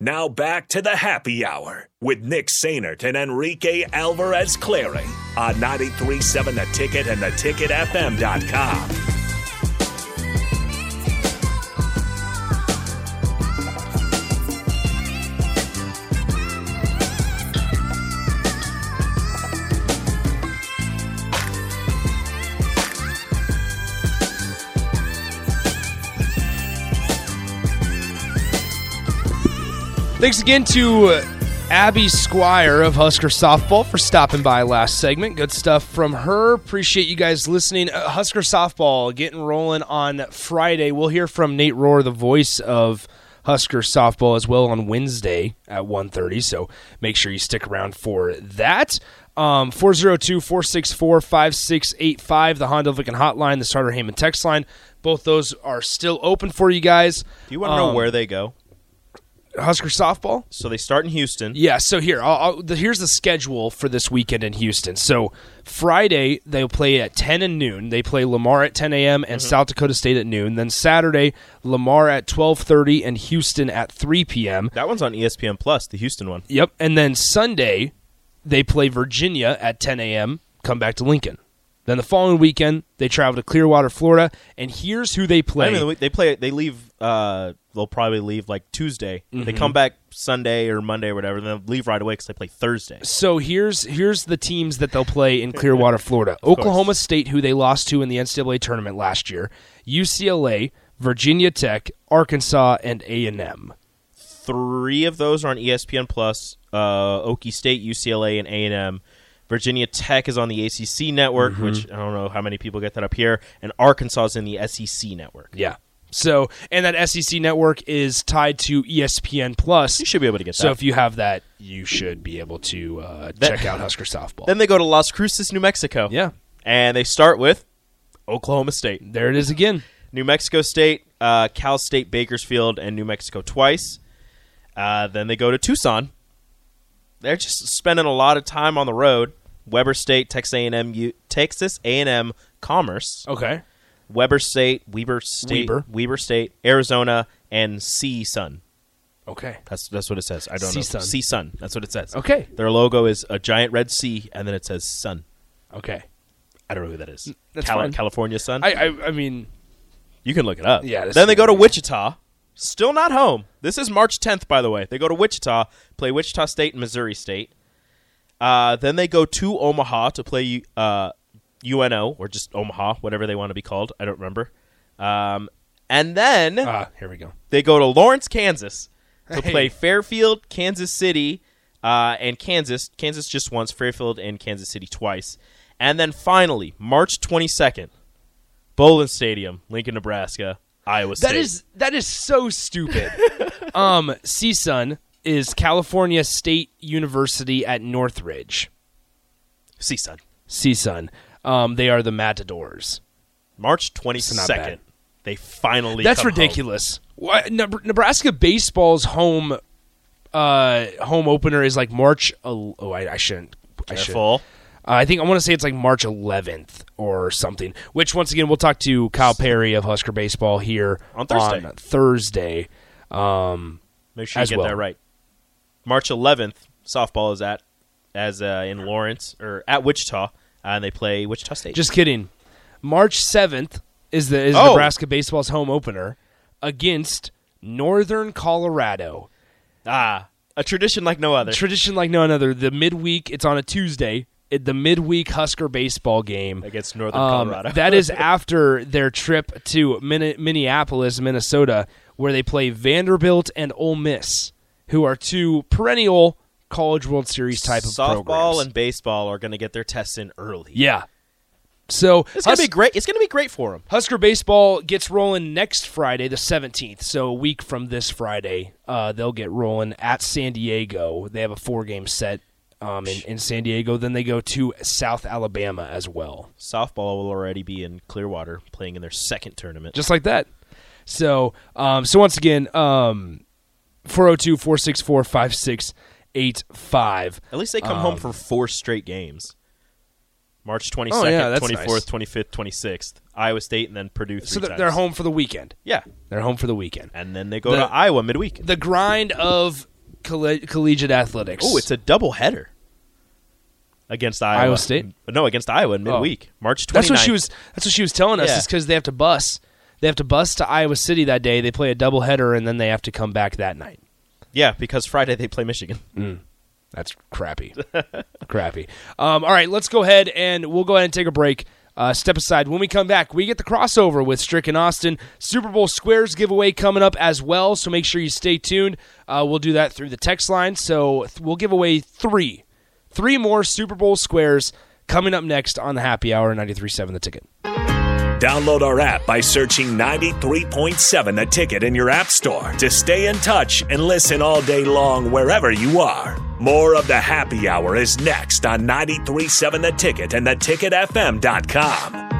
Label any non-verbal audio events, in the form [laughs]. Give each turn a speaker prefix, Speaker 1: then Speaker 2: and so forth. Speaker 1: Now back to the happy hour with Nick Sainert and Enrique Alvarez Clary on 937 The Ticket and theticketfm.com.
Speaker 2: Thanks again to uh, Abby Squire of Husker Softball for stopping by last segment. Good stuff from her. Appreciate you guys listening. Uh, Husker Softball getting rolling on Friday. We'll hear from Nate Rohr, the voice of Husker Softball, as well on Wednesday at 1.30, so make sure you stick around for that. Um, 402-464-5685, the Honda Lincoln Hotline, the Starter Heyman text line. Both those are still open for you guys.
Speaker 3: Do you want to know
Speaker 2: Um,
Speaker 3: where they go?
Speaker 2: Husker Softball?
Speaker 3: So they start in Houston.
Speaker 2: Yeah, so here, I'll, I'll, the, here's the schedule for this weekend in Houston. So Friday they'll play at 10 and noon. They play Lamar at 10 a.m. and South Dakota State at noon. Then Saturday, Lamar at 12:30 and Houston at 3 p.m.
Speaker 3: That one's on E ESPN Plus, the Houston one.
Speaker 2: Yep, and then Sunday they play Virginia at 10 a.m. Come back to Lincoln. Then the following weekend they travel to Clearwater, Florida, and here's who they
Speaker 3: I
Speaker 2: play.
Speaker 3: mean, they- they play. They leave. Uh, they'll probably leave like Tuesday. They
Speaker 2: Mm-hmm.
Speaker 3: come back Sunday or Monday or whatever. Then they'll leave right away because they play Thursday.
Speaker 2: So here's here's the teams that they'll play in Clearwater, Florida. Oklahoma State, who they lost to in the NCAA tournament last year, UCLA, Virginia Tech, Arkansas, and A and M.
Speaker 3: Three of those are on E ESPN Plus. Uh, Okie State, UCLA, and A and M. Virginia Tech is on the ACC network,
Speaker 2: Mm-hmm.
Speaker 3: which I don't know how many people get that up here. And Arkansas is in the SEC network.
Speaker 2: Yeah. So and that SEC network is tied to E ESPN Plus.
Speaker 3: You should be able to get
Speaker 2: So
Speaker 3: that.
Speaker 2: if you have that, you should be able to uh,
Speaker 3: That-
Speaker 2: check out Husker softball.
Speaker 3: then they go to Las Cruces, New Mexico.
Speaker 2: yeah,
Speaker 3: and they start with Oklahoma State.
Speaker 2: there it is again.
Speaker 3: New Mexico State, uh, Cal State, Bakersfield, and New Mexico twice. Uh, then they go to Tucson. They're just spending a lot of time on the road. Weber State, Texas A&M, U- Texas A&M, Commerce,
Speaker 2: Okay.
Speaker 3: Weber State, Weber State,
Speaker 2: Weber.
Speaker 3: State, Arizona, and CSUN.
Speaker 2: Okay.
Speaker 3: That's that's what it says. I don't
Speaker 2: CSUN.
Speaker 3: know. CSUN. That's what it says.
Speaker 2: Okay.
Speaker 3: Their logo is a giant red C, and then it says Sun.
Speaker 2: Okay.
Speaker 3: I don't know who that is.
Speaker 2: That's
Speaker 3: Cali-
Speaker 2: fine.
Speaker 3: California Sun.
Speaker 2: I I, I mean
Speaker 3: You can look it up.
Speaker 2: Yeah, that's
Speaker 3: Then they go to
Speaker 2: scary.
Speaker 3: Wichita. Still not home. This is March 10th, by the way. They go to Wichita, play Wichita State and Missouri State. Uh, then they go to Omaha to play uh, UNO or just Omaha, whatever they want to be called. I don't remember. Um, and then
Speaker 2: ah here we go.
Speaker 3: they go to Lawrence, Kansas to
Speaker 2: Hey.
Speaker 3: play Fairfield, Kansas City, uh, and Kansas. Kansas just once, Fairfield and Kansas City twice. And then finally, March 22nd, Bowling Stadium, Lincoln, Nebraska, Iowa State.
Speaker 2: That is that is so
Speaker 3: [laughs]
Speaker 2: stupid. um, CSUN is California State University at Northridge.
Speaker 3: CSUN.
Speaker 2: CSUN. Um, they are the Matadors.
Speaker 3: March
Speaker 2: not bad.
Speaker 3: 22nd, they finally
Speaker 2: That's
Speaker 3: come home.
Speaker 2: ridiculous. Why- Neb- Nebraska baseball's home uh, home opener is like March. el- Oh, I, I shouldn't. I should. Uh,
Speaker 3: Careful.
Speaker 2: I think I want to say it's like March 11th or something. Which once again, we'll talk to Kyle Perry of Husker Baseball here
Speaker 3: On Thursday.
Speaker 2: On Thursday. Um,
Speaker 3: Make sure you
Speaker 2: as
Speaker 3: get
Speaker 2: well.
Speaker 3: that right. March 11th, softball is at as uh, in Lawrence or at Wichita, and they play Wichita State.
Speaker 2: Just kidding. March seventh is the is
Speaker 3: Oh.
Speaker 2: Nebraska baseball's home opener against Northern Colorado.
Speaker 3: ah, a tradition like no other.
Speaker 2: Tradition like none other. The midweek. It's on a Tuesday. It, the midweek Husker baseball game
Speaker 3: Against Northern
Speaker 2: Um,
Speaker 3: Colorado.
Speaker 2: that
Speaker 3: [laughs]
Speaker 2: is after their trip to Min- Minneapolis, Minnesota, where they play Vanderbilt and Ole Miss, who are two perennial college World Series type of
Speaker 3: softball
Speaker 2: programs.
Speaker 3: and baseball are going to get their tests in early.
Speaker 2: yeah. So
Speaker 3: it's going to
Speaker 2: Hus-
Speaker 3: be great. It's going to be great for them.
Speaker 2: Husker baseball gets rolling next Friday, the 17th. So a week from this Friday, uh, they'll get rolling at San Diego. They have a four game set um, in, in San Diego. Then they go to South Alabama as well.
Speaker 3: Softball will already be in Clearwater playing in their second tournament.
Speaker 2: Just like that. So, um, so once again, um, 402 464 5685.
Speaker 3: At least they come
Speaker 2: um,
Speaker 3: home for four straight games. March 22nd,
Speaker 2: Oh, yeah, that's
Speaker 3: 24th,
Speaker 2: nice.
Speaker 3: 25th, 26th. Iowa State and then Purdue three
Speaker 2: So they're
Speaker 3: times.
Speaker 2: they're home for the weekend.
Speaker 3: Yeah.
Speaker 2: They're home for the weekend.
Speaker 3: And then they go
Speaker 2: The-
Speaker 3: to Iowa midweek.
Speaker 2: the grind of colle- collegiate athletics.
Speaker 3: Oh, it's a double header against Iowa.
Speaker 2: Iowa State?
Speaker 3: No, against Iowa in
Speaker 2: Oh.
Speaker 3: midweek, March 29th.
Speaker 2: that's what she was. That's what she was telling us.
Speaker 3: Yeah.
Speaker 2: Is because they have to bus. They have to bus to Iowa City that day. They play a doubleheader and then they have to come back that night.
Speaker 3: Yeah, because Friday they play Michigan.
Speaker 2: That's crappy. crappy. Um, all right, let's go ahead and we'll go ahead and take a break. Uh, step aside. When we come back, we get the crossover with Strick and Austin. Super Bowl squares giveaway coming up as well, so make sure you stay tuned. Uh, we'll do that through the text line. So th- we'll give away three, three more Super Bowl squares coming up next on the Happy Hour 93.7 The Ticket.
Speaker 1: Download our app by searching 93.7 The Ticket in your app store to stay in touch and listen all day long wherever you are. More of the happy hour is next on 93.7 The Ticket and theticketfm.com.